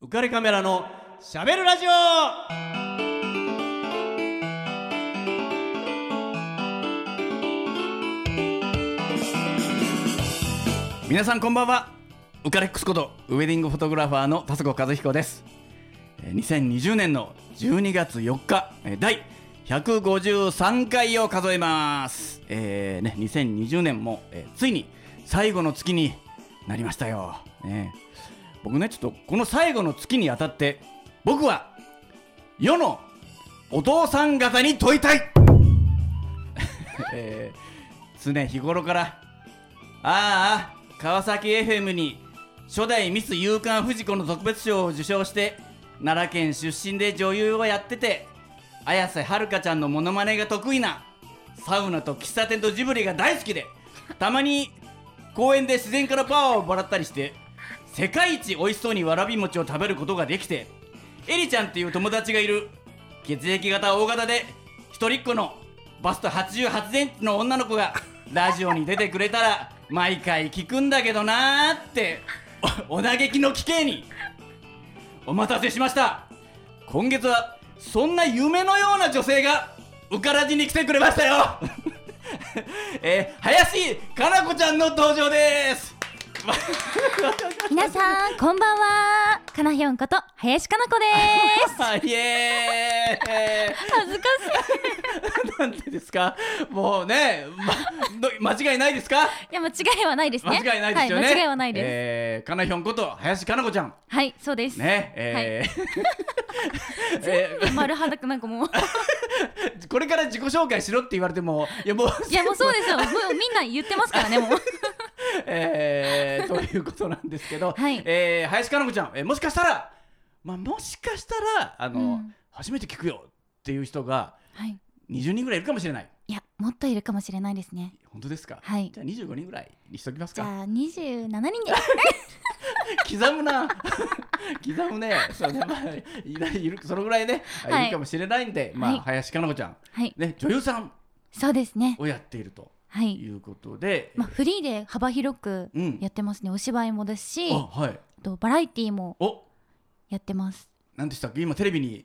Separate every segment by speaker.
Speaker 1: 浮かれカメラのしゃべるラジオ
Speaker 2: 皆さんこんばんはウカレックスことウェディングフォトグラファーの田坂和彦ですえー2020年の12月4日えー第153回を数えますえーね2020年も、えーついに最後の月になりましたよ、ね僕ねちょっとこの最後の月にあたって僕は世のお父さん方に問いたい、えー常日頃からああ川崎 FM に初代ミス夕刊藤子の特別賞を受賞して奈良県出身で女優をやってて綾瀬はるかちゃんのモノマネが得意なサウナと喫茶店とジブリが大好きでたまに公園で自然からパワーをもらったりして世界一美味しそうにわらび餅を食べることができてエリちゃんっていう友達がいる血液型 O 型で一人っ子のバスト88センチの女の子がラジオに出てくれたら毎回聞くんだけどなーっておお嘆きの奇形にお待たせしました今月はそんな夢のような女性がウカラジに来てくれましたよ えー林かな子ちゃんの登場です
Speaker 3: 皆さん、こんばんは。かなひょんこと、林かな子です。
Speaker 2: イエーイ
Speaker 3: 恥ずかし い。
Speaker 2: なんてですかもうね、ま、ど間違いないですか
Speaker 3: いや、間違いはないですね。
Speaker 2: 間違いないですよね、
Speaker 3: はい、間違いはないです。
Speaker 2: えー、かなひょんこと林かな子ちゃん
Speaker 3: はい、そうです。
Speaker 2: ねえー え
Speaker 3: 丸裸なんか もう。
Speaker 2: ーこれから自己紹介しろって言われてもいやもう
Speaker 3: いや、もうそうですよ。もうみんな言ってますからね、も う。
Speaker 2: えー、ということなんですけど、
Speaker 3: はい
Speaker 2: えー林かな子ちゃん、えーもしかしたら、まあ、もしかしたらあの、
Speaker 3: うん
Speaker 2: 初めて聞くよっていう人が
Speaker 3: はい。
Speaker 2: 20人ぐらいいるかもしれない
Speaker 3: いや、もっといるかもしれないですね。
Speaker 2: 本当ですか、
Speaker 3: はい
Speaker 2: じゃあ25人ぐらいにしときます
Speaker 3: じ
Speaker 2: か
Speaker 3: ゃあ、27人で。
Speaker 2: 刻むな 刻むねそうね、まあ、いないいるそのぐらいね、、
Speaker 3: はいい
Speaker 2: るかもしれないんで、まあ
Speaker 3: はい
Speaker 2: 林かな子ちゃん、
Speaker 3: はい。
Speaker 2: ね、女優さん
Speaker 3: そうですね。
Speaker 2: をやっていると
Speaker 3: はい。
Speaker 2: いうことで、
Speaker 3: まあ、フリーで幅広く
Speaker 2: うん
Speaker 3: やってますね。お芝居もですし、
Speaker 2: あ
Speaker 3: あ
Speaker 2: はい
Speaker 3: とバラエティーも
Speaker 2: お
Speaker 3: やってます。
Speaker 2: なんでしたっけ今テレビに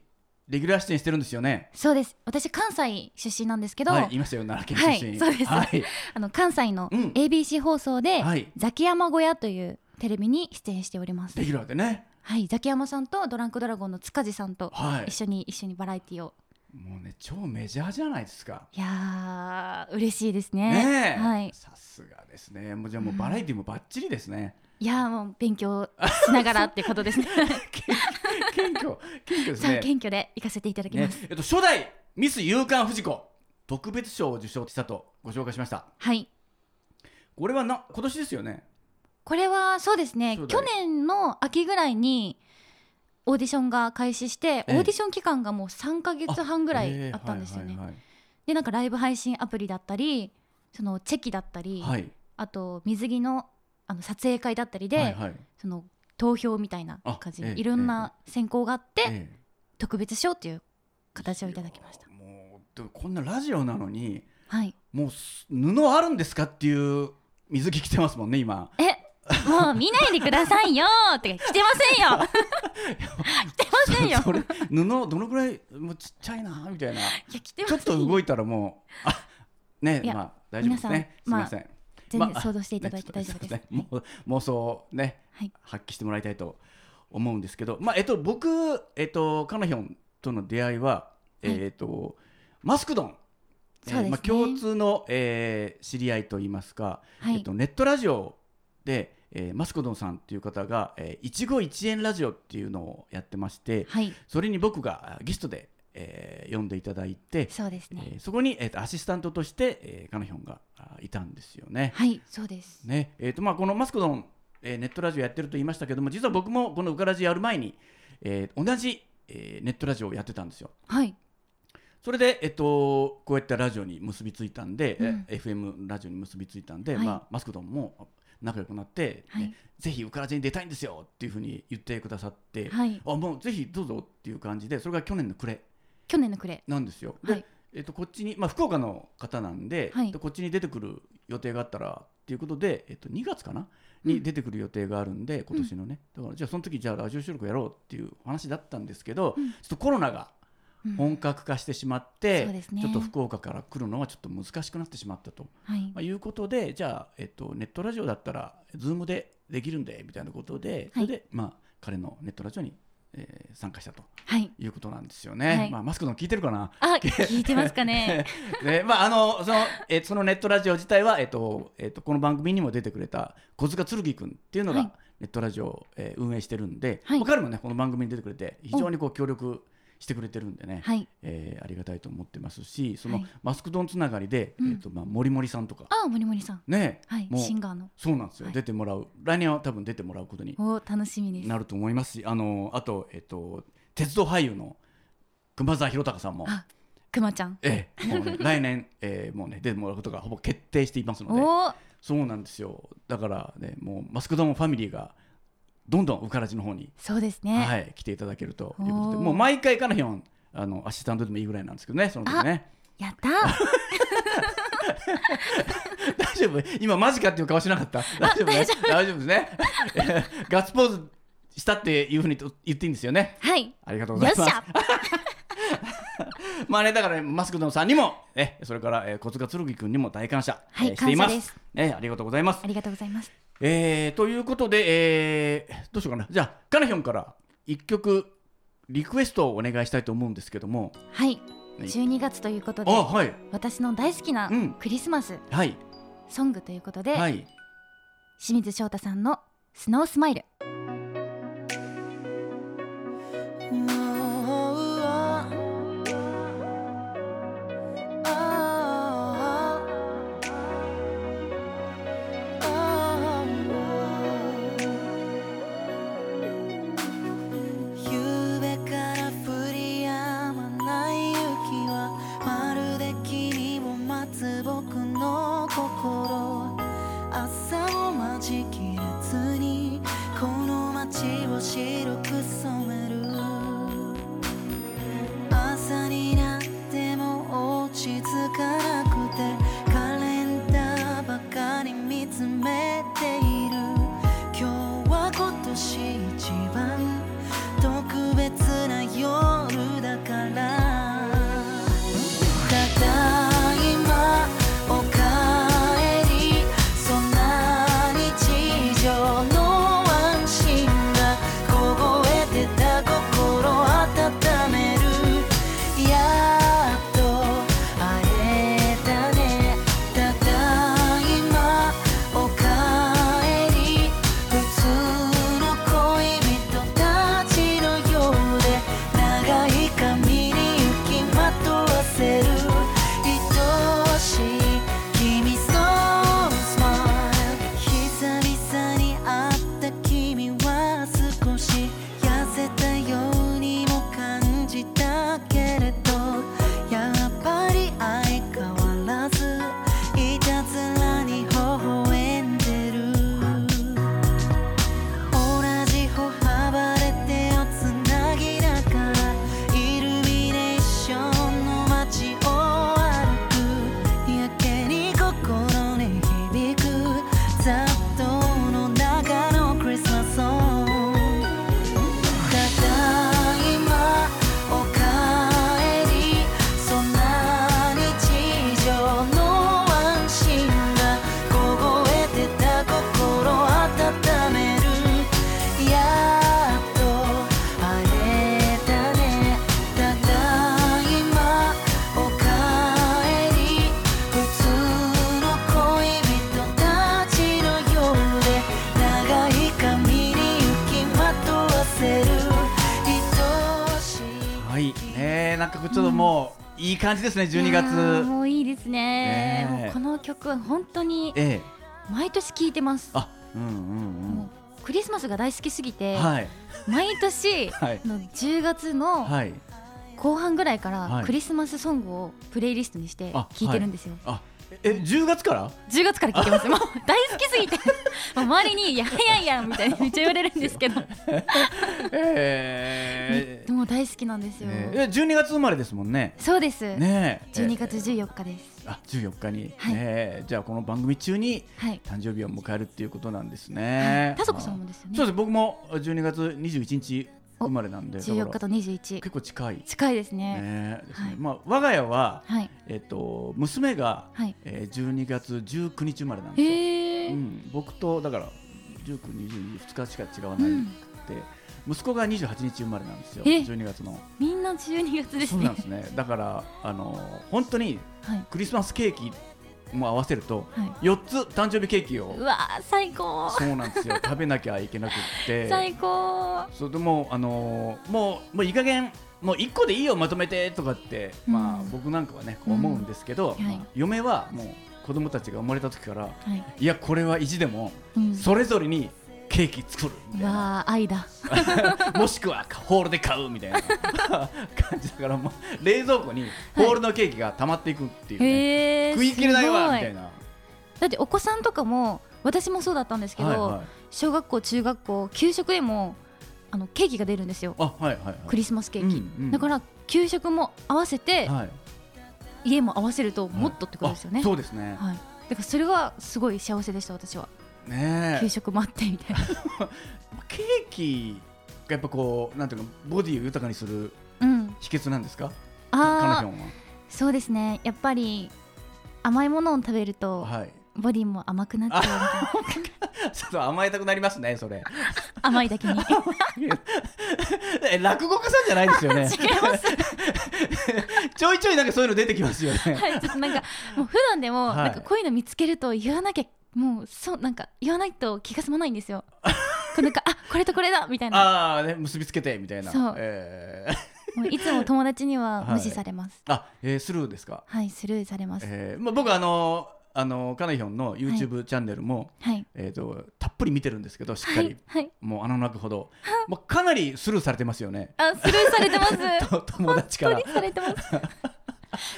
Speaker 2: レギュラー出演してるんですよね
Speaker 3: そうです。私、関西出身なんですけど、
Speaker 2: はい言いましたよ奈良県出身
Speaker 3: はいそうです
Speaker 2: はい
Speaker 3: あの関西の
Speaker 2: うん
Speaker 3: ABC 放送で、
Speaker 2: はい
Speaker 3: ザキヤマ小屋というテレビに出演しております
Speaker 2: レ。ギュラーでね
Speaker 3: はい、ザキヤマさんとドランクドラゴンの塚地さんと
Speaker 2: はい
Speaker 3: 一緒に、一緒にバラエティを。
Speaker 2: もうね超メジャーじゃないですか
Speaker 3: いやー嬉しいですね。
Speaker 2: ねえ、
Speaker 3: はい、
Speaker 2: さすがですねもうじゃあもうバラエティもバッチリですね、
Speaker 3: いやーもう勉強しながらってことです ね。
Speaker 2: 謙虚謙虚です
Speaker 3: さあ
Speaker 2: ね
Speaker 3: 謙虚で行かせていただきま
Speaker 2: ね
Speaker 3: す。、
Speaker 2: えっと、初代ミス夕刊藤子特別賞を受賞したとご紹介しました
Speaker 3: はい、
Speaker 2: これはな今年ですよね
Speaker 3: これはそうですね
Speaker 2: そうだ
Speaker 3: 去
Speaker 2: ね
Speaker 3: 年の秋ぐらいにオーディションが開始して、
Speaker 2: ええ
Speaker 3: オーディション期間がもう3か月半ぐら
Speaker 2: え
Speaker 3: い
Speaker 2: ー
Speaker 3: あったんですよね。
Speaker 2: はいはい
Speaker 3: でなんかライブ配信アプリだったりそのチェキだったり、
Speaker 2: はい、はい
Speaker 3: あと水着のあの撮影会だったりで、
Speaker 2: はいはい
Speaker 3: その投票みたいな
Speaker 2: あ
Speaker 3: 感じ
Speaker 2: え
Speaker 3: で
Speaker 2: え
Speaker 3: いろんな選考があって、
Speaker 2: ええ
Speaker 3: 特別賞っていう形をいただきました
Speaker 2: い。やもうでこんなラジオなのに
Speaker 3: はい、
Speaker 2: もうす布あるんですかっていう水着着てますもんね今
Speaker 3: えもう見ないでくださいよーって来て ませんよ来てませんよ
Speaker 2: それ布どのぐらいもうちっちゃいなみたいない
Speaker 3: や来てま
Speaker 2: ち
Speaker 3: せ
Speaker 2: ょ
Speaker 3: ん
Speaker 2: っと動いたらもうあね
Speaker 3: いや
Speaker 2: まあ大丈夫ですねすみ
Speaker 3: 皆
Speaker 2: ませ
Speaker 3: さん
Speaker 2: ん、
Speaker 3: 全
Speaker 2: ま
Speaker 3: 然
Speaker 2: あ
Speaker 3: 想像していただ
Speaker 2: ね
Speaker 3: い
Speaker 2: ち
Speaker 3: て
Speaker 2: ょっと
Speaker 3: 大丈夫で
Speaker 2: い
Speaker 3: す。
Speaker 2: ませんもう妄想をね、
Speaker 3: はい
Speaker 2: 発揮してもらいたいと思うんですけど、まあえっと、僕、えっと、カナヒョンとの出会いは、
Speaker 3: はい
Speaker 2: えっと、マスクドン、
Speaker 3: そうですね
Speaker 2: まあ、共通の、えー知り合いといいますか、
Speaker 3: はい、
Speaker 2: えっと、ネットラジオで、えーマスクドンさんっていう方が、えー、一期一円ラジオっていうのをやってまして
Speaker 3: はい、
Speaker 2: それに僕があゲストで、えー呼んでいただいて、
Speaker 3: そうですね。
Speaker 2: えーそこに、えっとアシスタントとして、えー、カナヒョンがあいたんですよね。
Speaker 3: はい、そうです。
Speaker 2: ねえーとまあ、このマスクドン、えーネットラジオやってると言いましたけども実は僕もこの「ウカラジ」やる前に、えー同じ、えーネットラジオをやってたんですよ。
Speaker 3: はい、
Speaker 2: それで、えっと、こうやってラジオに結びついたんで、
Speaker 3: うん
Speaker 2: え FM ラジオに結びついたんで、
Speaker 3: はい
Speaker 2: まあ、マスクドンも仲良くなって、ね
Speaker 3: はい
Speaker 2: ぜひ「ウカラジ」に出たいんですよっていうふうに言ってくださって、
Speaker 3: はい、
Speaker 2: あもうぜひどうぞっていう感じでそれが去年の暮れ
Speaker 3: 去年の暮れ。
Speaker 2: なんですよ。で
Speaker 3: はい、
Speaker 2: えっと、こっちに、まあ、福岡の方なんで,で、
Speaker 3: はい
Speaker 2: こっちに出てくる予定があったらっていうことで、えっと、2月かなに出てくる予定があるんで、今年のねだからじゃあその時じゃあラジオ収録やろうっていう話だったんですけど、ちょっとコロナが本格化してしまって、
Speaker 3: そうですね
Speaker 2: ちょっと福岡から来るのはちょっと難しくなってしまったと、
Speaker 3: はい
Speaker 2: まあ、いうことでじゃあ、えっと、ネットラジオだったら Zoom でできるんでみたいなことで、
Speaker 3: はい
Speaker 2: それで、まあ、彼のネットラジオに、えー参加したと
Speaker 3: はい
Speaker 2: いうことなんですよね。
Speaker 3: はい
Speaker 2: まあ、マスクの聞いてるかな
Speaker 3: あ聞いてますかね
Speaker 2: でまああのそのえーそのネットラジオ自体はえっ、とえっ、とこの番組にも出てくれた小塚鶴輝くんっていうの
Speaker 3: はい
Speaker 2: がネットラジオを、えー運営してるんで、
Speaker 3: はい
Speaker 2: まあ彼もねこの番組に出てくれて非常にこう協力してくれてるんでね、
Speaker 3: はい
Speaker 2: えーありがたいと思ってますしその、
Speaker 3: はい
Speaker 2: マスクドンつながりで、
Speaker 3: うん
Speaker 2: えっ、とまあ森森さんとか
Speaker 3: あ森森さん
Speaker 2: ね、
Speaker 3: はい
Speaker 2: もう
Speaker 3: シンガーの
Speaker 2: そうなんですよ、
Speaker 3: はい
Speaker 2: 出てもらう来年は多分出てもらうことに
Speaker 3: お楽しみです
Speaker 2: なると思いますしあのあとえっ、と鉄道俳優の熊沢宏隆さんも。
Speaker 3: あくまちゃん
Speaker 2: ええ、もうね来年、ええもうね、出てもらうことがほぼ決定していますので、
Speaker 3: おー
Speaker 2: そうなんですよ、だからね、もうマスクドンファミリーがどんどんウカラジの方に、
Speaker 3: そうですね、
Speaker 2: はい、来ていただけるということで、
Speaker 3: おー
Speaker 2: もう毎回、カナヒョンあの、アシスタントでもいいぐらいなんですけどね、その時ね、
Speaker 3: やったー
Speaker 2: 大丈夫、今、マジかっていう顔しなかった、大丈夫ね、大丈夫ですね、 ガッツポーズしたっていうふうにと言っていいんですよね、
Speaker 3: はい
Speaker 2: ありがとうご
Speaker 3: よ
Speaker 2: ざ
Speaker 3: っ
Speaker 2: い
Speaker 3: し
Speaker 2: ます。
Speaker 3: ゃ
Speaker 2: まあね、だから、マスクドンさんにも、えそれから、えー、小塚鶴輝君にも大感謝、
Speaker 3: はい
Speaker 2: えーしていま
Speaker 3: 感謝ですす。
Speaker 2: ね、ありがとうございます
Speaker 3: あ。りがとうございます
Speaker 2: えー、ということで、えーどうしようかなじゃあカナヒョンから1曲リクエストをお願いしたいと思うんですけども
Speaker 3: はい
Speaker 2: はい
Speaker 3: 12月ということ
Speaker 2: あ
Speaker 3: で
Speaker 2: はい
Speaker 3: 私の大好きな
Speaker 2: うん
Speaker 3: クリスマス
Speaker 2: はい
Speaker 3: ソングということで、
Speaker 2: はい
Speaker 3: 清水翔太さんのスノースマイル
Speaker 4: 夕べから降り止まない雪はまるで君を待つ僕の心朝を待ちきれずにこの街を白く染める朝になっても落ち着かなくてカレンダーばかり見つめている今日は今年一番特別な夜だからただいまおかえりそんな日常の安心が凍えてた心温めるやっと会えたねただいまおかえり普通の恋人たちのようで長い髪に雪まとわせる愛しい君 so smart 久々に会った君は少し痩せたようにも感じたけれどやっぱり相変わらずいたずらに微笑んでる同じ歩幅で手をつなぎながらイルミネーションの街を歩くやけに心に響く雑踏の中のクリスマスソング「ただいまおかえり」「そんな日常の安心が凍えてた心温める」「やっと会えたね」「ただいまおかえり」「普通の恋人たちのようで長い髪に雪まとわせる愛しい
Speaker 2: はいえー、なんかちょっともう、いい感じですね12月
Speaker 3: いやーもういいですね
Speaker 2: ねえ
Speaker 3: もうこの曲は本当に
Speaker 2: ええ
Speaker 3: 毎年聴いてます
Speaker 2: あうんうんう
Speaker 3: も
Speaker 2: ん
Speaker 3: うクリスマスが大好きすぎて、
Speaker 2: はい
Speaker 3: 毎年
Speaker 2: はい
Speaker 3: の10月の
Speaker 2: はい
Speaker 3: 後半ぐらいか
Speaker 2: は
Speaker 3: ら
Speaker 2: い
Speaker 3: クリスマスソングをプレイリストにして
Speaker 2: あ
Speaker 3: 聴いてるんですよ、
Speaker 2: あえ10月から
Speaker 3: 10月から聴いてますもう大好きすぎてもう周りに「いやいやいや」みたいにめっちゃ言われるんですけど、
Speaker 2: え
Speaker 3: でももう大好きなんですよ、
Speaker 2: ねえ12月生まれですもんね
Speaker 3: そうです、
Speaker 2: ねえ
Speaker 3: 12月14日です、
Speaker 2: えあ14日に、
Speaker 3: はい
Speaker 2: ねえじゃあこの番組中に
Speaker 3: はい
Speaker 2: 誕生日を迎えるっていうことなんです
Speaker 3: は
Speaker 2: ね
Speaker 3: い、田底さんもですよね
Speaker 2: そうです僕も12月21日生まれなんでだ
Speaker 3: 14
Speaker 2: か
Speaker 3: 日
Speaker 2: ら
Speaker 3: と21
Speaker 2: 結構近いね
Speaker 3: 近いですね
Speaker 2: えですね
Speaker 3: はい
Speaker 2: まあ我が家は
Speaker 3: はい
Speaker 2: えっと娘が、
Speaker 3: はい
Speaker 2: えー、12月19日生まれなんですよ、
Speaker 3: へえ
Speaker 2: うん、僕とだから19、20、2日しか違わないって、息子が28日生まれなんですよ、
Speaker 3: え
Speaker 2: 12月の。
Speaker 3: みんな12月です
Speaker 2: そうなん
Speaker 3: ね
Speaker 2: ですね。だからあの本当に
Speaker 3: はい
Speaker 2: クリスマスケーキも合わせると
Speaker 3: は
Speaker 2: 4つ誕生日ケーキを
Speaker 3: い、うわー最高
Speaker 2: そうなんですよ食べなきゃいけなくって、
Speaker 3: 最高
Speaker 2: そうでもあのもうもういい加減もう1個でいいよまとめてとかって、
Speaker 3: うん
Speaker 2: まあ僕なんかはねこう思うんですけど、
Speaker 3: うんはい
Speaker 2: まあ嫁はもう子供たちが生まれた時から
Speaker 3: はい、
Speaker 2: いやこれは意地でも
Speaker 3: うん、
Speaker 2: それぞれにケーキ作るみた
Speaker 3: う
Speaker 2: いな。
Speaker 3: わー愛だ
Speaker 2: もしくはホールで買うみた いな感じだからもう冷蔵庫にホールのケーキが溜まっていくっていう、ね
Speaker 3: へえ
Speaker 2: 食い切れないわみたい
Speaker 3: な
Speaker 2: な。
Speaker 3: だってお子さんとかも私もそうだったんですけど、
Speaker 2: はいはい、
Speaker 3: 小学校中学校給食でもあのケーキが出るんですよ
Speaker 2: あはいはい
Speaker 3: クリスマスケーキ、
Speaker 2: うんうん
Speaker 3: だから給食も合わせて、
Speaker 2: はい。はい。
Speaker 3: 家も合わせるともっとってことですよね、
Speaker 2: あそうですね。
Speaker 3: はい、だからそれはすごい幸せでした私は
Speaker 2: ねえ
Speaker 3: 給。食もあってみた いな、
Speaker 2: ケーキがやっぱこうなんていうかボディを豊かにする
Speaker 3: うん、
Speaker 2: 秘訣なんですか？カナヒョ
Speaker 3: ああ
Speaker 2: ン
Speaker 3: そうですねやっぱり甘いものを食べると
Speaker 2: は。はい。
Speaker 3: ボディも甘くなっちゃうみたいな
Speaker 2: ちょっと甘えたくなりますねそれ。
Speaker 3: 甘いだけに
Speaker 2: え落語家さんじゃないです よね。違います。ちょいちょいなんかそういうの出てきますよね。
Speaker 3: はい、ちょっとなんかもう普段でも、
Speaker 2: はい
Speaker 3: なんかこういうの見つけると言わなきゃもうそうなんか言わないと気が済まないんですよ。こうなんかあこれとこれだみたいな
Speaker 2: ああね結びつけてみたいな。
Speaker 3: そう
Speaker 2: えー
Speaker 3: もういつも友達には
Speaker 2: はい
Speaker 3: 無視されます。
Speaker 2: あ、えースルーですか。
Speaker 3: はい、スルーされます。
Speaker 2: えー、まあ僕あのあのカナヒョンの YouTube チャンネルも、
Speaker 3: はい
Speaker 2: えっ、とたっぷり見てるんですけどしっ
Speaker 3: は
Speaker 2: かり。
Speaker 3: いはい
Speaker 2: もう穴の中ほど、もうかなりスルーされてますよね。
Speaker 3: あスルーされて ます。
Speaker 2: と友達から
Speaker 3: スルーされ てます。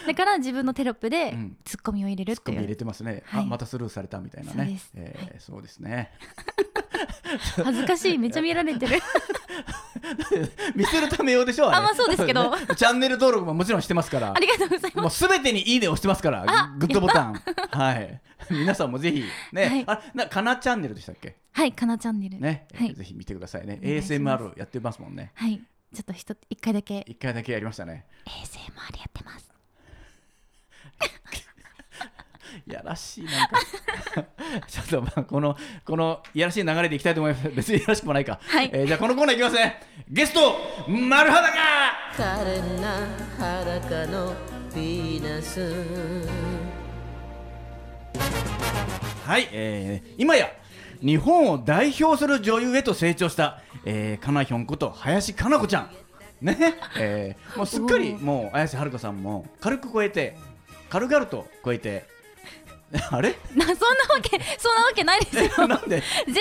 Speaker 3: だから自分のテロップで
Speaker 2: うん
Speaker 3: ツッコミを入れる
Speaker 2: ツ
Speaker 3: っ
Speaker 2: ッコ
Speaker 3: て
Speaker 2: ミ
Speaker 3: い
Speaker 2: 入れ
Speaker 3: う
Speaker 2: てますね。
Speaker 3: は
Speaker 2: あ、
Speaker 3: い
Speaker 2: またスルーされたみたいな
Speaker 3: そう
Speaker 2: ね
Speaker 3: です。
Speaker 2: えーそうですね。
Speaker 3: 恥ずかしいめっちゃ見られてる
Speaker 2: 見せるため用でしょ。れ
Speaker 3: あまあそうですけ ど
Speaker 2: ねチャンネル登録ももちろんしてますから
Speaker 3: あ。りがとうございます
Speaker 2: もうすべてにいいねを押してますから、グッドボタン。はい。 皆さんもぜひね、あ、なかなチャンネルでしたっけ？
Speaker 3: はいかなチャンネル
Speaker 2: ね、えー
Speaker 3: はい
Speaker 2: ぜひ見てくださいね。
Speaker 3: お願いします
Speaker 2: ASMR やってますもんね。
Speaker 3: はいちょっとひと一回だけ
Speaker 2: 一回だけやりましたね。
Speaker 3: ASMR やってます
Speaker 2: いやらしいなんか ちょっとまあこのこのいやらしい流れでいきたいと思います別にいやらしくもないか、
Speaker 3: はい
Speaker 2: えーじゃあこのコーナーいきますねゲスト丸裸
Speaker 5: 可憐な裸のヴィーナス
Speaker 2: はい、えー今や日本を代表する女優へと成長した、えー、かなひょんこと林かな子ちゃんね、えーもうすっかり
Speaker 3: おー
Speaker 2: もう綾瀬はるかさんも軽く超えて軽々と超えて あれ
Speaker 3: な そんなわけそんなわけないですよ
Speaker 2: なんで
Speaker 3: 全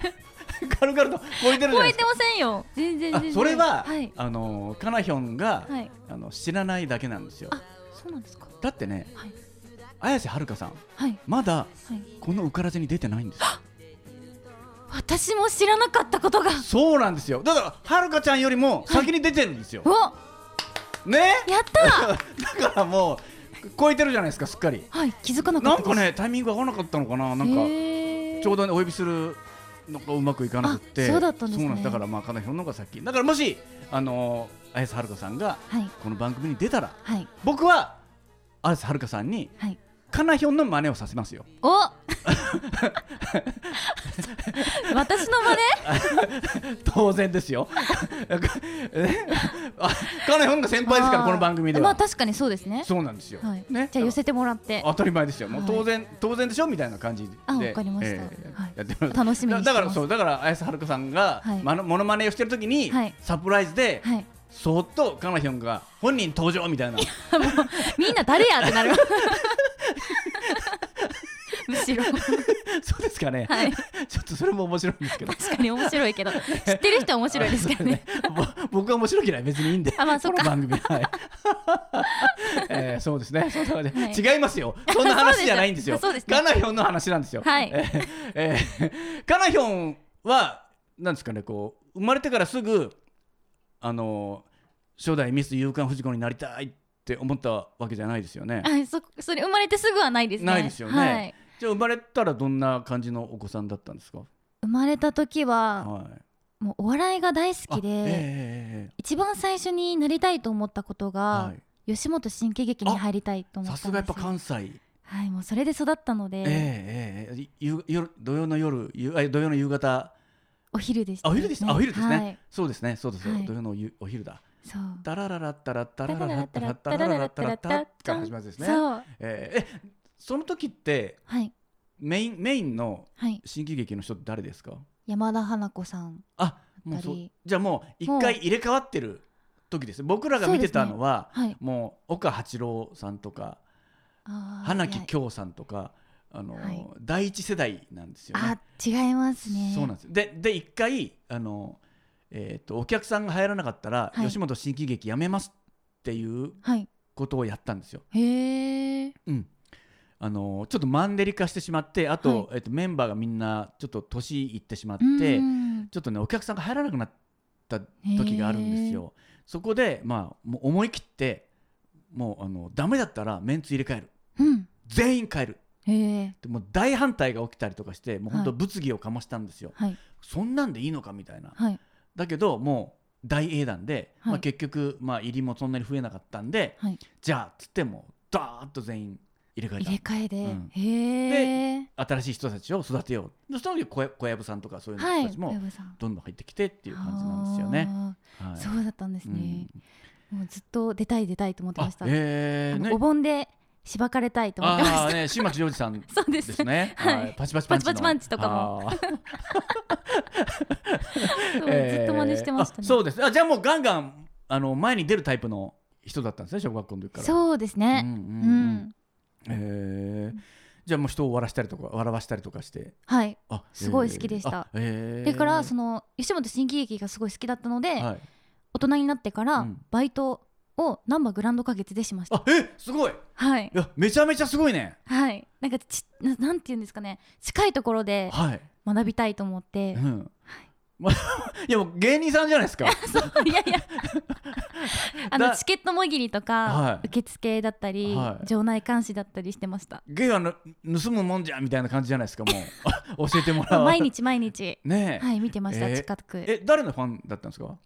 Speaker 3: 然
Speaker 2: 軽々と超えてるじゃ
Speaker 3: 超
Speaker 2: ない
Speaker 3: え
Speaker 2: ですか
Speaker 3: てませんよ全然
Speaker 2: あ
Speaker 3: 全然
Speaker 2: それは、
Speaker 3: はい
Speaker 2: あのカナヒョンが、
Speaker 3: はい
Speaker 2: あの知らないだけなんですよ
Speaker 3: あそうなんですか
Speaker 2: だってね
Speaker 3: はい
Speaker 2: 綾瀬はるかさん
Speaker 3: はい
Speaker 2: まだ
Speaker 3: はい
Speaker 2: この「ウカラジ」に出てないんですよ
Speaker 3: 私も知らなかったことが
Speaker 2: そうなんですよだからはるかちゃんよりも先に出てるんですよ、
Speaker 3: お
Speaker 2: ね
Speaker 3: やった
Speaker 2: だからもう超えてるじゃないですかすっかり
Speaker 3: はい気づかなか
Speaker 2: な
Speaker 3: っ
Speaker 2: ん
Speaker 3: た
Speaker 2: かねタイミング合わなかったのかななんかちょうど
Speaker 3: ど
Speaker 2: ねお呼びするのがうまくいかなくって
Speaker 3: あそうだったんですね
Speaker 2: そうなんだからまあカナヒョンの方が先だからもしあの綾瀬はるかさんが
Speaker 3: はい
Speaker 2: この番組に出たら
Speaker 3: はい
Speaker 2: 僕は綾瀬はるかさんに
Speaker 3: はい
Speaker 2: カナヒョンの真似をさせますよ。
Speaker 3: お私の 真似
Speaker 2: 当然ですよ。 え あカナヒョンが先輩ですから、
Speaker 3: あー
Speaker 2: この番組で
Speaker 3: ま
Speaker 2: は
Speaker 3: あ。確かにそうですね
Speaker 2: そうなんですよ。
Speaker 3: はい
Speaker 2: ね
Speaker 3: じゃあ寄せてもらって
Speaker 2: 当たり前ですよ。もう
Speaker 3: はい
Speaker 2: 当然、当然でしょみたいな感じで。
Speaker 3: あわかりましたはい
Speaker 2: やってます
Speaker 3: 楽しみにしてます
Speaker 2: だだから、そう、だから、綾瀬はるかさんが、
Speaker 3: はい
Speaker 2: まの、モノマネをしてる時に
Speaker 3: はい、
Speaker 2: サプライズで。
Speaker 3: はい
Speaker 2: そっと、カナヒョンが本人登場みたいな。
Speaker 3: みんな誰やってなるむしろ
Speaker 2: そうですかね。
Speaker 3: は い
Speaker 2: ちょっと、それも面白いんですけど。
Speaker 3: 確かに面白いけど知ってる人は面白いですけど ね
Speaker 2: そうだねぼ僕は面白くない別にいいんで
Speaker 3: あまあそっか
Speaker 2: この番組はい えーそうですねそうだね
Speaker 3: は
Speaker 2: 違いますよそんな話じゃないんですよ
Speaker 3: そうですね
Speaker 2: カナヒョンの話なんですよ
Speaker 3: はい
Speaker 2: えーえーカナヒョンはなんですかねこう生まれてからすぐあのー初代ミス勇敢藤子になりたいって思ったわけじゃないですよね。
Speaker 3: はい、そそれ生まれてすぐはないですね。
Speaker 2: ないですよね
Speaker 3: はい、
Speaker 2: じゃあ生まれたらどんな感じのお子さんだったんですか。
Speaker 3: 生まれた時は
Speaker 2: はい。
Speaker 3: もうお笑いが大好きで、
Speaker 2: えええええ
Speaker 3: 一番最初になりたいと思ったことが、
Speaker 2: えはい。
Speaker 3: 吉本新喜劇に入りたいと思っ
Speaker 2: さ
Speaker 3: たんです
Speaker 2: す
Speaker 3: よ
Speaker 2: がやっぱ関西。
Speaker 3: はい、もうそれで育ったので、
Speaker 2: ええええええゆ夜土曜の夜ゆあ土曜の夕方
Speaker 3: お昼でした、
Speaker 2: あお昼ですね。あお昼ですね。
Speaker 3: はい、
Speaker 2: そうですね。そうですよ、
Speaker 3: はい
Speaker 2: 土曜のゆお昼だ。
Speaker 3: そう。
Speaker 2: タラララッタラッタラララッタラッタ
Speaker 3: タ
Speaker 2: ラ
Speaker 3: ラ
Speaker 2: ララ
Speaker 3: ララ
Speaker 2: ッ
Speaker 3: ッ
Speaker 2: タ
Speaker 3: タ
Speaker 2: ラッ
Speaker 3: ラッ
Speaker 2: タ
Speaker 3: タ
Speaker 2: ラッ
Speaker 3: ラッ
Speaker 2: タ
Speaker 3: タ
Speaker 2: 始まるんですね。
Speaker 3: そう、
Speaker 2: えーえその時って
Speaker 3: はい、
Speaker 2: メインメインの
Speaker 3: はい、
Speaker 2: 新喜劇の人って誰ですか
Speaker 3: 山田花子さん、
Speaker 2: あもうそう
Speaker 3: やっぱり
Speaker 2: じゃあもう一回入れ替わってる時ですね僕らが見てたのは
Speaker 3: はい、
Speaker 2: もう岡八郎さんとか
Speaker 3: あー
Speaker 2: 花木
Speaker 3: いや
Speaker 2: 京さんとかあの、
Speaker 3: はい
Speaker 2: 第一世代なんですよね。
Speaker 3: あ、違いますね。
Speaker 2: そうなんですよでで一回あの、えー、とお客さんが入らなかったら、
Speaker 3: はい
Speaker 2: 吉本新喜劇やめますっていう
Speaker 3: はい、
Speaker 2: ことをやったんですよ。
Speaker 3: へえ、
Speaker 2: うん、あのちょっとマンネリ化してしまってあと,、
Speaker 3: は
Speaker 2: えっとメンバーがみんなちょっと年いってしまっ
Speaker 3: う
Speaker 2: て、
Speaker 3: ん
Speaker 2: ちょっとねお客さんが入らなくなった時があるんですよ。そこで、まあ、もう思い切ってもうあのダメだったらメンツ入れ替える
Speaker 3: うん、
Speaker 2: 全員変える
Speaker 3: へえ、
Speaker 2: でもう大反対が起きたりとかしてもう本当
Speaker 3: は
Speaker 2: 物議を醸したんですよ、
Speaker 3: はい、
Speaker 2: そんなんでいいのかみたいな。
Speaker 3: はい、
Speaker 2: だけどもう大英断で、ま
Speaker 3: は
Speaker 2: あ、
Speaker 3: い
Speaker 2: 結局、まあ、入りもそんなに増えなかったんで、
Speaker 3: はい
Speaker 2: じゃあつってもうダーッと全員入れ替えた
Speaker 3: 入れ替えで、
Speaker 2: うん
Speaker 3: へえ、
Speaker 2: 新しい人たちを育てようでその時小小籔さんとかそういう
Speaker 3: は
Speaker 2: 人
Speaker 3: い、
Speaker 2: たちも
Speaker 3: 小籔さん
Speaker 2: どんどん入ってきてっていう感じなんですよね。
Speaker 3: あ
Speaker 2: は
Speaker 3: ー
Speaker 2: い、
Speaker 3: そうだったんです
Speaker 2: う
Speaker 3: ね
Speaker 2: ん。
Speaker 3: もうずっと出たい出たいと思ってま
Speaker 2: あ
Speaker 3: した。
Speaker 2: え
Speaker 3: あ
Speaker 2: ー、
Speaker 3: の
Speaker 2: ね
Speaker 3: お盆でしばかれたいと思ってま
Speaker 2: あ
Speaker 3: し
Speaker 2: ーね新町亮二さん
Speaker 3: た。そうで。。
Speaker 2: ですすね
Speaker 3: はい
Speaker 2: はい、パチパチパンチの
Speaker 3: パチパチパンチとかも
Speaker 2: あー
Speaker 3: そう
Speaker 2: えー
Speaker 3: ずっと真似してました
Speaker 2: あ
Speaker 3: ね。
Speaker 2: そうです。あじゃあもうガンガンあの前に出るタイプの人だったんですね小学校の時から。う
Speaker 3: そうです
Speaker 2: ん
Speaker 3: ね。
Speaker 2: う
Speaker 3: うんん、
Speaker 2: うん。へえ。じゃあもう人を笑わしたりとか笑わしたりとかして。
Speaker 3: はい。
Speaker 2: あ
Speaker 3: すごい好きでした。
Speaker 2: えーあへえ。
Speaker 3: だからそ
Speaker 2: の
Speaker 3: の吉本新喜劇がすごい好きだったので、
Speaker 2: はい。
Speaker 3: 大人になってか
Speaker 2: う
Speaker 3: ら
Speaker 2: ん
Speaker 3: バイトをナンバーグランド花月でしました。
Speaker 2: あえすごい。
Speaker 3: はい
Speaker 2: い。やめちゃめちゃすごいね。
Speaker 3: はい。なんかちななんていうんですかね。近いところで
Speaker 2: はい。
Speaker 3: 学びたいと思って
Speaker 2: う。ん。ま いやもう芸人さんじゃないですか。
Speaker 3: そう いや いやあ
Speaker 2: だ
Speaker 3: のチケットもぎりとか、
Speaker 2: はい
Speaker 3: 受付だったり、
Speaker 2: はい
Speaker 3: 場内監視だったりして ました
Speaker 2: 芸はぬ盗むもんじゃみたいな感じじゃないですかも う教えてもらう。
Speaker 3: 毎。日毎日
Speaker 2: ねえ。
Speaker 3: はい見てました、
Speaker 2: えー
Speaker 3: 近く
Speaker 2: え誰のファンだったんですか。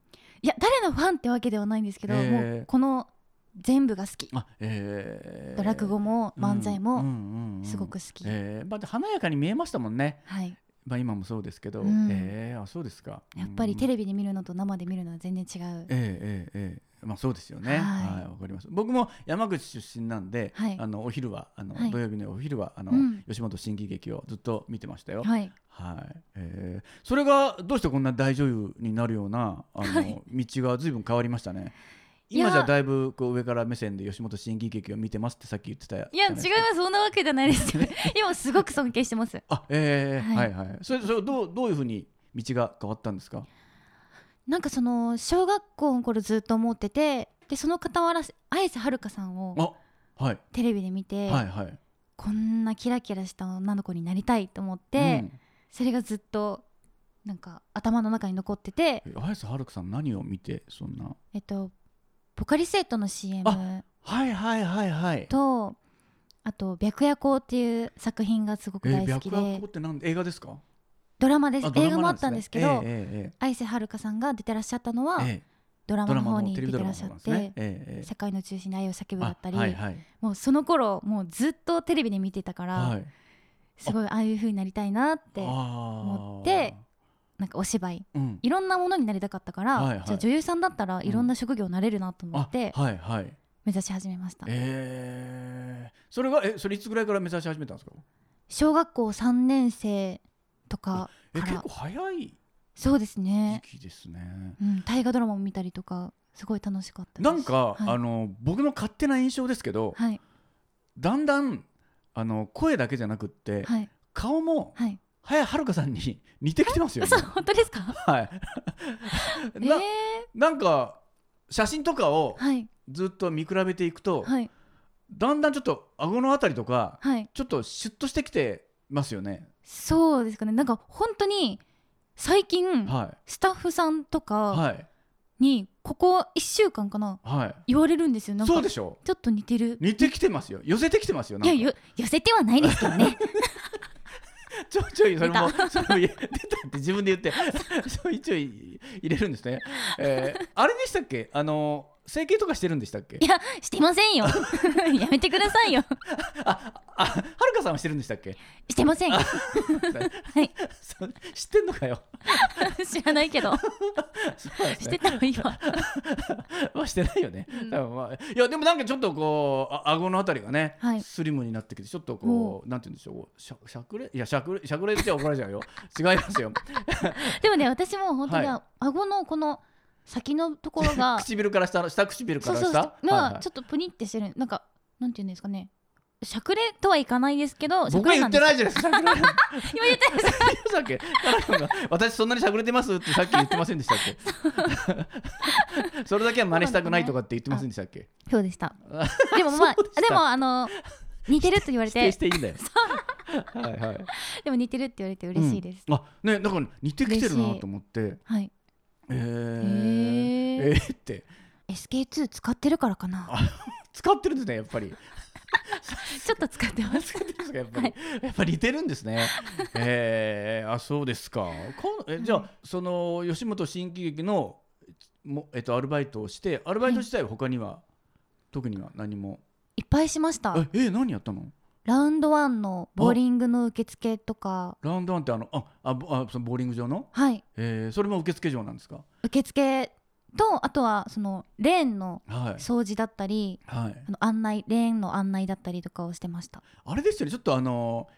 Speaker 3: いや誰のファンってわけではないんですけど、
Speaker 2: えー
Speaker 3: もうこの全部が好き、
Speaker 2: あええ
Speaker 3: 落語も漫才もすごく
Speaker 2: 好
Speaker 3: 好き、
Speaker 2: ええまあ、華やかに見えましたもんね、
Speaker 3: はい、
Speaker 2: まあ、今もそうですけど、
Speaker 3: うん
Speaker 2: ええあそうですか
Speaker 3: やっぱりテ
Speaker 2: ビ、
Speaker 3: レビで見るのと生で見るのは全然違う、
Speaker 2: ええええええまあそうですよね
Speaker 3: はい
Speaker 2: はいわ、かります僕も山口出身なんで、
Speaker 3: はい
Speaker 2: あのお昼はあの、
Speaker 3: はい
Speaker 2: 土曜日のお昼はあの、
Speaker 3: うん
Speaker 2: 吉本新喜劇をずっと見てましたよはい、
Speaker 3: はい
Speaker 2: ええそれがどうしてこんな大女優になるようなあの、道が随分変わりましたね
Speaker 3: いや
Speaker 2: 今じゃだいぶこう上から目線で吉本新喜劇を見てますってさっき言ってた
Speaker 3: いや違い
Speaker 2: じゃ
Speaker 3: ま
Speaker 2: な
Speaker 3: す
Speaker 2: ですか
Speaker 3: そんなわけじゃない ですよ今すごく尊敬してます
Speaker 2: あ、ええは、
Speaker 3: はいい
Speaker 2: はいそれそれどうどういうふうに道が変わったんですか。
Speaker 3: なんかその小学校の頃ずっと思っててでその傍ら綾瀬はるかさんを
Speaker 2: あ、はい、
Speaker 3: テレビで見て、
Speaker 2: はいはい。
Speaker 3: こんなキラキラした女の子になりたいと思って、それがずっとなんか頭の中に残ってて、
Speaker 2: うん、え綾瀬はるかさん何を見てそんな。
Speaker 3: えっと、ポカリスエットの CM
Speaker 2: あはいはいはいはい。
Speaker 3: とあと「白夜行」っていう作品がすごく
Speaker 2: えー、
Speaker 3: 大好
Speaker 2: 白
Speaker 3: き
Speaker 2: 夜
Speaker 3: で、
Speaker 2: 行ってなんで映画ですか。
Speaker 3: ドラマです
Speaker 2: あド
Speaker 3: 映
Speaker 2: ラ
Speaker 3: 画
Speaker 2: マ
Speaker 3: もあ
Speaker 2: なん
Speaker 3: ったんですけ
Speaker 2: ね
Speaker 3: ど、
Speaker 2: え
Speaker 3: 綾瀬はるかさんが出てらっしゃったのは、
Speaker 2: ええええ
Speaker 3: ドラ
Speaker 2: ド
Speaker 3: マ
Speaker 2: ラ
Speaker 3: の
Speaker 2: マ
Speaker 3: 方
Speaker 2: の
Speaker 3: に
Speaker 2: テレビ
Speaker 3: 出
Speaker 2: ド
Speaker 3: て
Speaker 2: ラ
Speaker 3: ら
Speaker 2: マ
Speaker 3: っ
Speaker 2: の
Speaker 3: し
Speaker 2: 方
Speaker 3: ゃっ
Speaker 2: なんです
Speaker 3: て、
Speaker 2: ね。ええ
Speaker 3: 世界の中心で愛を叫ぶだったり、
Speaker 2: あはいはい
Speaker 3: もうその頃もうずっとテレビで見てたから、
Speaker 2: はい。
Speaker 3: すごいああいう風になりたいなって
Speaker 2: 思
Speaker 3: って、なんかお芝居
Speaker 2: うん。
Speaker 3: いろんなものになりたかったから、
Speaker 2: はいはい
Speaker 3: じゃあ女優さんだったらいろんな職業なれるなと思
Speaker 2: あ
Speaker 3: っ、て
Speaker 2: はいはい。
Speaker 3: 目指し始めました、
Speaker 2: ええそれがえそれいつぐらいから目指し始めたんですか。
Speaker 3: 小学校3年生とか
Speaker 2: え
Speaker 3: か
Speaker 2: 結
Speaker 3: ら
Speaker 2: 構早い
Speaker 3: そうです
Speaker 2: 時
Speaker 3: ね、
Speaker 2: 期ですね。
Speaker 3: うん、大河ドラマも見たりとかすごい楽しかったです
Speaker 2: なんか、
Speaker 3: はい
Speaker 2: あの僕の勝手な印象ですけど、
Speaker 3: はい
Speaker 2: だんだんあの声だけじゃなくって、
Speaker 3: はい
Speaker 2: 顔も
Speaker 3: はい
Speaker 2: 早はるかさんに 似てきてますよね
Speaker 3: 嘘。本当で すか
Speaker 2: はい、
Speaker 3: え
Speaker 2: な
Speaker 3: ー、
Speaker 2: なんか写真とかを
Speaker 3: はい
Speaker 2: ずっと見比べていくと、
Speaker 3: はい
Speaker 2: だんだんちょっと顎のあたりとか
Speaker 3: はい
Speaker 2: ちょっとシュッとしてきてますよね。
Speaker 3: そうですかねなんか本当に最近、
Speaker 2: は
Speaker 3: スタッフさんとか、
Speaker 2: い、はい、
Speaker 3: にここ1週間かな
Speaker 2: は
Speaker 3: 言われるんですよないんか
Speaker 2: そうでしょ
Speaker 3: ちょっと似てる
Speaker 2: 似てきてますよ寄せてきてますよ
Speaker 3: い
Speaker 2: な
Speaker 3: や
Speaker 2: んか
Speaker 3: よ寄せてはないですけどね
Speaker 2: ちょいちょいそれも
Speaker 3: 出
Speaker 2: それも言え出たって 自分で言ってちょいちょい入れるんですね、え ーあれでしたっけあの整形とかしてるんでしたっけ
Speaker 3: いやしてませんよ やめてくださいよ
Speaker 2: ああはるかさんはしてるんでしたっけ
Speaker 3: してませんい
Speaker 2: そう知ってんのかよ
Speaker 3: 知らないけど
Speaker 2: そうなんです
Speaker 3: し
Speaker 2: ね
Speaker 3: てたらいいわ
Speaker 2: まあしてないよね、
Speaker 3: うん
Speaker 2: 多分まあ、いやでもなんかちょっとこうあ顎のあたりがね、
Speaker 3: はい
Speaker 2: スリムになってきてちょっとこうなんて言うんでしょうしゃしゃくれいやしゃくれしゃくれって怒られちゃうよ違います よ
Speaker 3: でもね私も本当に、
Speaker 2: はい
Speaker 3: 顎のこの先のとこ ろが
Speaker 2: 唇から下の下唇か
Speaker 3: そう
Speaker 2: ら
Speaker 3: そう
Speaker 2: 下
Speaker 3: ま
Speaker 2: はいは
Speaker 3: あ
Speaker 2: い
Speaker 3: ちょっとプニってしてるなんかなんていうんですかねしゃくれとはいかないですけどしゃ
Speaker 2: 僕
Speaker 3: く
Speaker 2: は
Speaker 3: れ
Speaker 2: 言
Speaker 3: な
Speaker 2: っ
Speaker 3: んで
Speaker 2: て
Speaker 3: す
Speaker 2: ないじゃないですか。しゃくれ
Speaker 3: 今言ったよ
Speaker 2: さっき、タラが私そんなにしゃくれてますってさっき言ってませんでしたっ け。それだけは真似したくないとかって言ってませんでしたっけ。
Speaker 3: そうで した
Speaker 2: あ
Speaker 3: でもまあ
Speaker 2: そうでした
Speaker 3: でもあの似てるって言われ
Speaker 2: 否定
Speaker 3: て
Speaker 2: していいんだよ。はいはい。
Speaker 3: でも似てるって言われて嬉しいです、
Speaker 2: うん。あ、ね、だから似てきてるなと思って。
Speaker 3: はい
Speaker 2: えー
Speaker 3: へー
Speaker 2: えーって。
Speaker 3: SK2 使ってるからかな
Speaker 2: あ使ってるんですね、やっぱり。
Speaker 3: ちょっと使ってます
Speaker 2: ですかやっぱり、やっぱり似てるんです ね。えー、あ、そうですか。こんえじゃあ、その吉本新喜劇のもえっとアルバイトをして、アルバイト自体は他には、特には何も。
Speaker 3: いっぱいしました
Speaker 2: え、えー何やったの？
Speaker 3: ラウンドワンのボーリングの受付とか
Speaker 2: ラウンドワンってあのああぼあそのボーリング場の、
Speaker 3: はい
Speaker 2: えー、それも受付場なんですか？
Speaker 3: 受付とあとはそのレーンの
Speaker 2: はい。
Speaker 3: 掃除だったり
Speaker 2: はい
Speaker 3: あ。の案内レーンの案内だったりとかをしてました
Speaker 2: あれですよね。ちょっとあの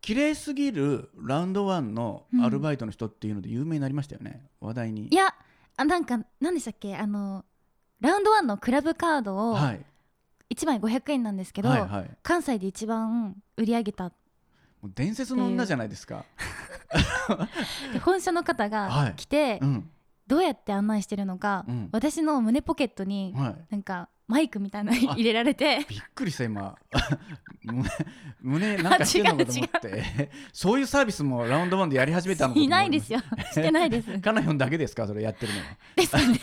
Speaker 2: 綺麗すぎるラウンドワンのアルバイトの人っていうので有名になりましたよね。話題に。
Speaker 3: いやあなんか何でしたっけあのラウンドワンのクラブカードを
Speaker 2: はい。
Speaker 3: 1枚500円なんですけど、
Speaker 2: はいはい。
Speaker 3: 関西で一番売り上げた
Speaker 2: もう伝説の女じゃないですか。
Speaker 3: で本社の方
Speaker 2: は
Speaker 3: が
Speaker 2: い
Speaker 3: 来て、
Speaker 2: うん。
Speaker 3: どうやって案内してるのか、
Speaker 2: うん
Speaker 3: 私の胸ポケットに
Speaker 2: はい。
Speaker 3: なんかマイクみたいなの入れられて
Speaker 2: びっくりした今 胸胸なんかしてんのかと思って そういうサービスもラウンドワンでやり始めたのかと思
Speaker 3: いないです
Speaker 2: よ
Speaker 3: よ してないです
Speaker 2: カナヒョンだけですかそれやってるのは
Speaker 3: ですよね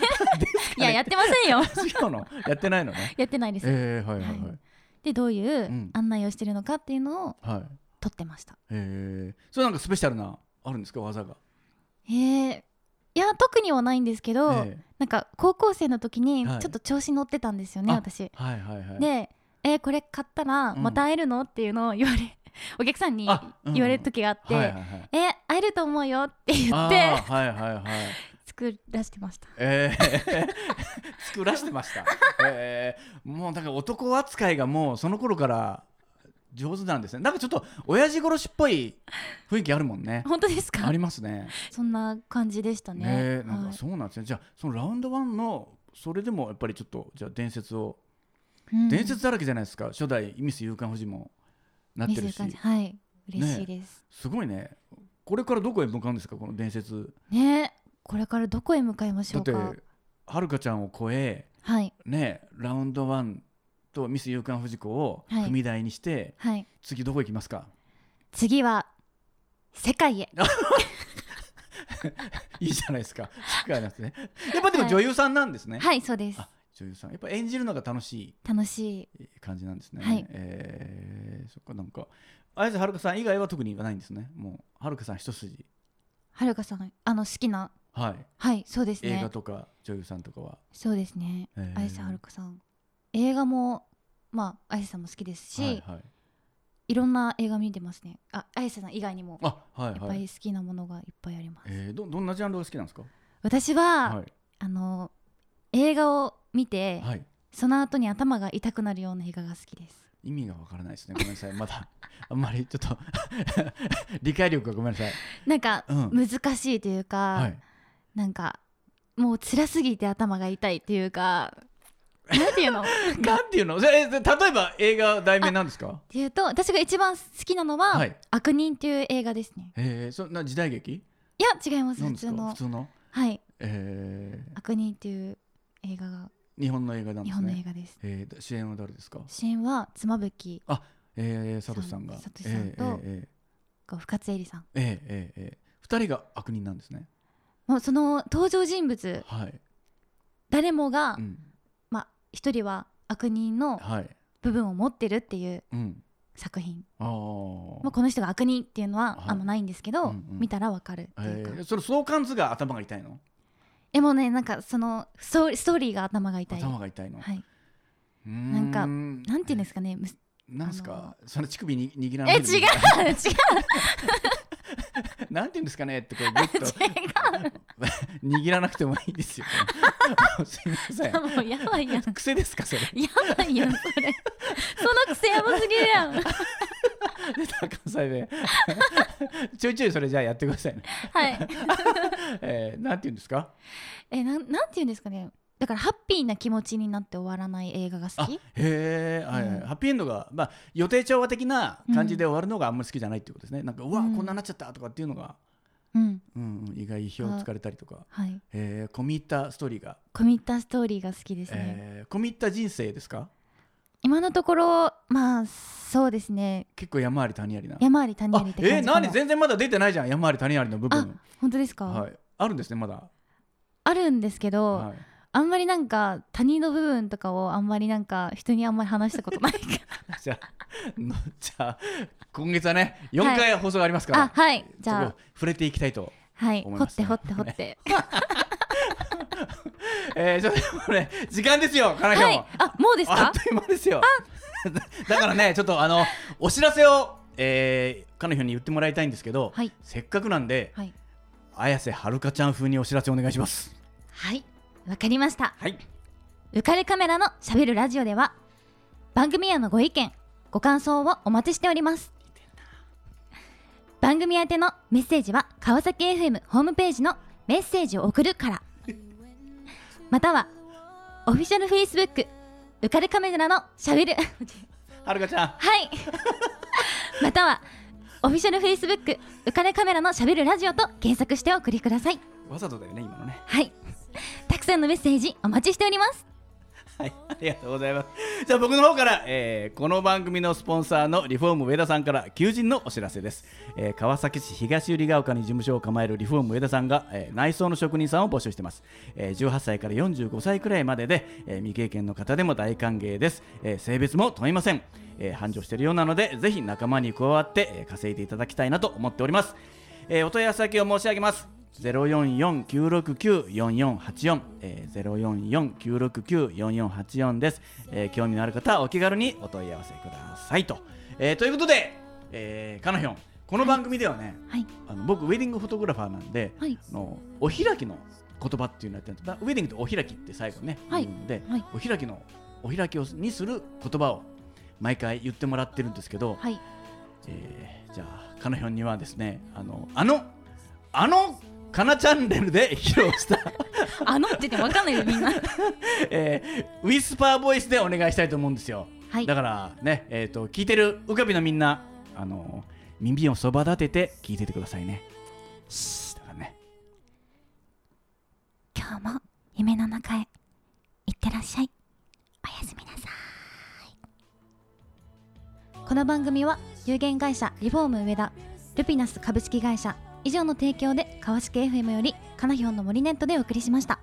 Speaker 3: いや やってませんよ
Speaker 2: 違うのやってないのね
Speaker 3: やってない です、
Speaker 2: えー、はいはいはい、
Speaker 3: はいでどういうん案内をしてるのかっていうのを
Speaker 2: はい
Speaker 3: 撮ってました
Speaker 2: えー、それなんかスペシャルなあるんですか技が、
Speaker 3: えーいや特にはないんですけど、
Speaker 2: え
Speaker 3: なんか高校生の時に
Speaker 2: はい
Speaker 3: ちょっと調子乗ってたんですよね、
Speaker 2: あ
Speaker 3: 私。
Speaker 2: ー、はいはいはい
Speaker 3: で「えーこれ買ったら
Speaker 2: うん
Speaker 3: また会えるの?」っていうのを言われお客さんに
Speaker 2: あうん
Speaker 3: 言われる時があって「
Speaker 2: はいはいはい
Speaker 3: えー会えると思うよ」って言
Speaker 2: あ
Speaker 3: って
Speaker 2: ーはいはいはい
Speaker 3: 作り出してました。
Speaker 2: えー、 作らしてました、えー、もうだから男扱いがもうその頃から上手なんですねなんかちょっと親父殺しっぽい雰囲気あるもんね
Speaker 3: 本当ですか
Speaker 2: ありますね。
Speaker 3: そんな感じでしたね。
Speaker 2: ねなん
Speaker 3: は
Speaker 2: か
Speaker 3: い
Speaker 2: そうなんですね。じゃあそのラウンドワンのそれでもやっぱりちょっとじゃあ伝説を、
Speaker 3: うん
Speaker 2: 伝説だらけじゃないですか。初代ミス夕刊フジもなってる
Speaker 3: 見せ
Speaker 2: し、
Speaker 3: 感じはい嬉しいです。
Speaker 2: すごいね。これからどこへ向かうんですかこの伝説。
Speaker 3: ねこれからどこへ向かいまし
Speaker 2: だ
Speaker 3: ょ
Speaker 2: っ
Speaker 3: う
Speaker 2: て
Speaker 3: か。
Speaker 2: はるかちゃんを超え
Speaker 3: はい
Speaker 2: ねラウンドワンとミス夕刊フジ子を
Speaker 3: はい
Speaker 2: 踏み台にして、
Speaker 3: はい
Speaker 2: 次どこ行きますか。
Speaker 3: 次は世界へ。
Speaker 2: いいじゃないですか。世界なん ですね。やっぱでも
Speaker 3: はい
Speaker 2: 女優さんなんですね。
Speaker 3: はいそうです
Speaker 2: あ。女優さんやっぱ演じるのが楽しい。
Speaker 3: 楽しい
Speaker 2: 感じなんですね。
Speaker 3: はい
Speaker 2: えーそっかなんか綾瀬はるかさん以外は特に言わないんですね。もうはるかさん一筋。
Speaker 3: はるかさんあの好きな
Speaker 2: はい。
Speaker 3: はいそうですね。
Speaker 2: 映画とか女優さんとかは。
Speaker 3: そうですね
Speaker 2: えー
Speaker 3: 綾瀬はるかさん映画もまあ綾瀬さんも好きですし、
Speaker 2: はいい、はい。
Speaker 3: ろんな映画見てますねあ綾瀬さん以外にも
Speaker 2: あはい
Speaker 3: やっ
Speaker 2: は
Speaker 3: ぱ
Speaker 2: い。
Speaker 3: り好きなものがいっぱいあります、
Speaker 2: えー、どどんなジャンルが好きなんですか。
Speaker 3: 私は、
Speaker 2: はい
Speaker 3: あの映画を見て、
Speaker 2: はい。
Speaker 3: その後に頭が痛くなるような映画が好きです
Speaker 2: 意味がわからないですね。ごめんなさい。まだ あんまりちょっと 理解力がごめんなさい。
Speaker 3: なんか、
Speaker 2: うん
Speaker 3: 難しいというか、
Speaker 2: はい。
Speaker 3: なんかもう辛すぎて頭が痛いっていうか なんていうのっ
Speaker 2: なんていうの。そ れえ例えば映画題名なんですか。
Speaker 3: ていうと私が一番好きなのは、
Speaker 2: はい
Speaker 3: 悪人っていう映画ですね
Speaker 2: えー、そんな時代劇？
Speaker 3: いや違います
Speaker 2: なんで
Speaker 3: 普
Speaker 2: す
Speaker 3: 通
Speaker 2: か。
Speaker 3: の
Speaker 2: 普通の。
Speaker 3: はい
Speaker 2: え
Speaker 3: 「悪人」っていう映画が
Speaker 2: ー、日本の映画なんで
Speaker 3: 日
Speaker 2: す
Speaker 3: 本の
Speaker 2: ね。
Speaker 3: 映画です。
Speaker 2: えー、主演は誰ですか。
Speaker 3: 主演は妻夫木
Speaker 2: えー、サトシさんが
Speaker 3: サトシさんと
Speaker 2: え
Speaker 3: が深津絵里さん
Speaker 2: ー、えー、えー、えーえーえー二人が悪人なんですね
Speaker 3: もうその登場人物
Speaker 2: はい
Speaker 3: 誰もが、
Speaker 2: うん
Speaker 3: まあ一人は悪人の
Speaker 2: はい
Speaker 3: 部分を持ってるっていう
Speaker 2: うん
Speaker 3: 作品
Speaker 2: ああ
Speaker 3: もうこの人が悪人っていうのは
Speaker 2: はい
Speaker 3: あんまないんですけど、
Speaker 2: うんうん
Speaker 3: 見たらわかるっていうか、
Speaker 2: えーそれ相関図が頭が痛いの
Speaker 3: えもうねなんかそのストーリーストーリーが頭が痛い
Speaker 2: 頭が痛いの、
Speaker 3: はい、
Speaker 2: なん
Speaker 3: かなんていうんですすかねむす
Speaker 2: なんす
Speaker 3: あ
Speaker 2: か
Speaker 3: の
Speaker 2: その乳首に握らな
Speaker 3: え
Speaker 2: い
Speaker 3: 違う違う違
Speaker 2: なんていうんですかねってこうグ ッと
Speaker 3: う
Speaker 2: 握らなくてもいいですよ すいません
Speaker 3: もうやばいやん
Speaker 2: 癖ですかそれ
Speaker 3: やばいやんそれその癖やばすぎるやん
Speaker 2: 関西弁 ちょいちょいそれじゃあやってくださいね、
Speaker 3: はい
Speaker 2: えー、なんていうんですか
Speaker 3: えなんなんていうんですかねだからハッピーな気持ちになって終わらない映画が好
Speaker 2: あ
Speaker 3: き
Speaker 2: へえ、はいはい
Speaker 3: うん
Speaker 2: ハッピーエンドが、まあ、予定調和的な感じで終わるのがあんまり好きじゃないっていうことですね、なんかうわ、
Speaker 3: うん
Speaker 2: こんなになっちゃったとかっていうのが、
Speaker 3: うん
Speaker 2: うんうん、意外意表をつかれたりとか
Speaker 3: はい
Speaker 2: へえ込み入ったストーリーが、
Speaker 3: コミッタストーリーが好きですね、
Speaker 2: えー、込み入った人生ですか
Speaker 3: 今のところまあそうですね
Speaker 2: 結構山あり谷ありな
Speaker 3: 山あり谷あ
Speaker 2: あ
Speaker 3: りって感じ
Speaker 2: え
Speaker 3: かも
Speaker 2: 何全然まだ出てないじゃん山あり谷ありの部分
Speaker 3: 本当ですか、
Speaker 2: はいあるんですねまだ、
Speaker 3: あるんですけど、
Speaker 2: はい、
Speaker 3: あんまりなんか他人の部分とかをあんまりなんか人にあんまり話したことないか
Speaker 2: じゃあ のじゃあ今月はね4回放送があります から、
Speaker 3: らあはいじ
Speaker 2: そこ
Speaker 3: ゃあ
Speaker 2: 触れていきたいと、
Speaker 3: はい
Speaker 2: 思いま
Speaker 3: 掘っ
Speaker 2: すね
Speaker 3: て掘って 掘って、
Speaker 2: えー、ちょっとこれ時間ですよかなきゃ
Speaker 3: は
Speaker 2: ん
Speaker 3: い
Speaker 2: も
Speaker 3: あもうです
Speaker 2: あ
Speaker 3: か
Speaker 2: っという間ですよ だからねちょっとあのお知らせを、えー、彼女に言ってもらいたいんですけど、
Speaker 3: はい
Speaker 2: せっかくなんで、
Speaker 3: はい
Speaker 2: 綾瀬はるかちゃん風にお知らせお願いします
Speaker 3: はいわかりました
Speaker 2: はい
Speaker 3: 浮かれカメラのしゃべるラジオでは番組へのご意見ご感想をお待ちしております番組宛てのメッセージは川崎 FM ホームページの「メッセージを送る」からまたはオフィシャル Facebook 浮かれカメラのしゃべる
Speaker 2: はるかちゃん
Speaker 3: はいまたはオフィシャル Facebook 浮かれカメラのしゃべるラジオと検索してお送りください
Speaker 2: わざとだよね今のね
Speaker 3: はいたくさんのメッセージお待ちしております
Speaker 2: はい、ありがとうございます。じゃあ僕の方から、えーこの番組のスポンサーのリフォーム上田さんから求人のお知らせです。えー川崎市東百合ヶ丘に事務所を構えるリフォーム上田さんが、えー内装の職人さんを募集しています。えー18歳から45歳くらいまでで、えー未経験の方でも大歓迎です。えー性別も問いません。えー繁盛しているようなので、ぜひ仲間に加わって、えー稼いでいただきたいなと思っております。えーお問い合わせ先を申し上げます。044-969-4484、えー、044-969-4484です、えー興味のある方はお気軽にお問い合わせくださいと、えーということで、えー、かのひょんこの番組ではね、
Speaker 3: はい
Speaker 2: あの僕ウェディングフォトグラファーなんで、
Speaker 3: はい
Speaker 2: あのお開きの言葉っていうのをやってるんですだウェディングってお開きって最後ね、
Speaker 3: はい
Speaker 2: 言うんで、
Speaker 3: はい
Speaker 2: お開きのお開きをにする言葉を毎回言ってもらってるんですけど、
Speaker 3: はい
Speaker 2: えーじゃあかなひょんにはですねあのあのあのかなチャンネルで披露した、
Speaker 3: あのって言ってわかんないよみんな
Speaker 2: えーウィスパーボイスでお願いしたいと思うんですよ、
Speaker 3: はい
Speaker 2: だからねえっ、と聞いてるうかびのみんなあの耳をそば立てて聞いててくださいねシーッだからね
Speaker 3: 今日も夢の中へ行ってらっしゃいおやすみなさいこの番組は有限会社リフォーム上田ルピナス株式会社以上の提供で川式 FM よりかなひょんの森ネットでお送りしました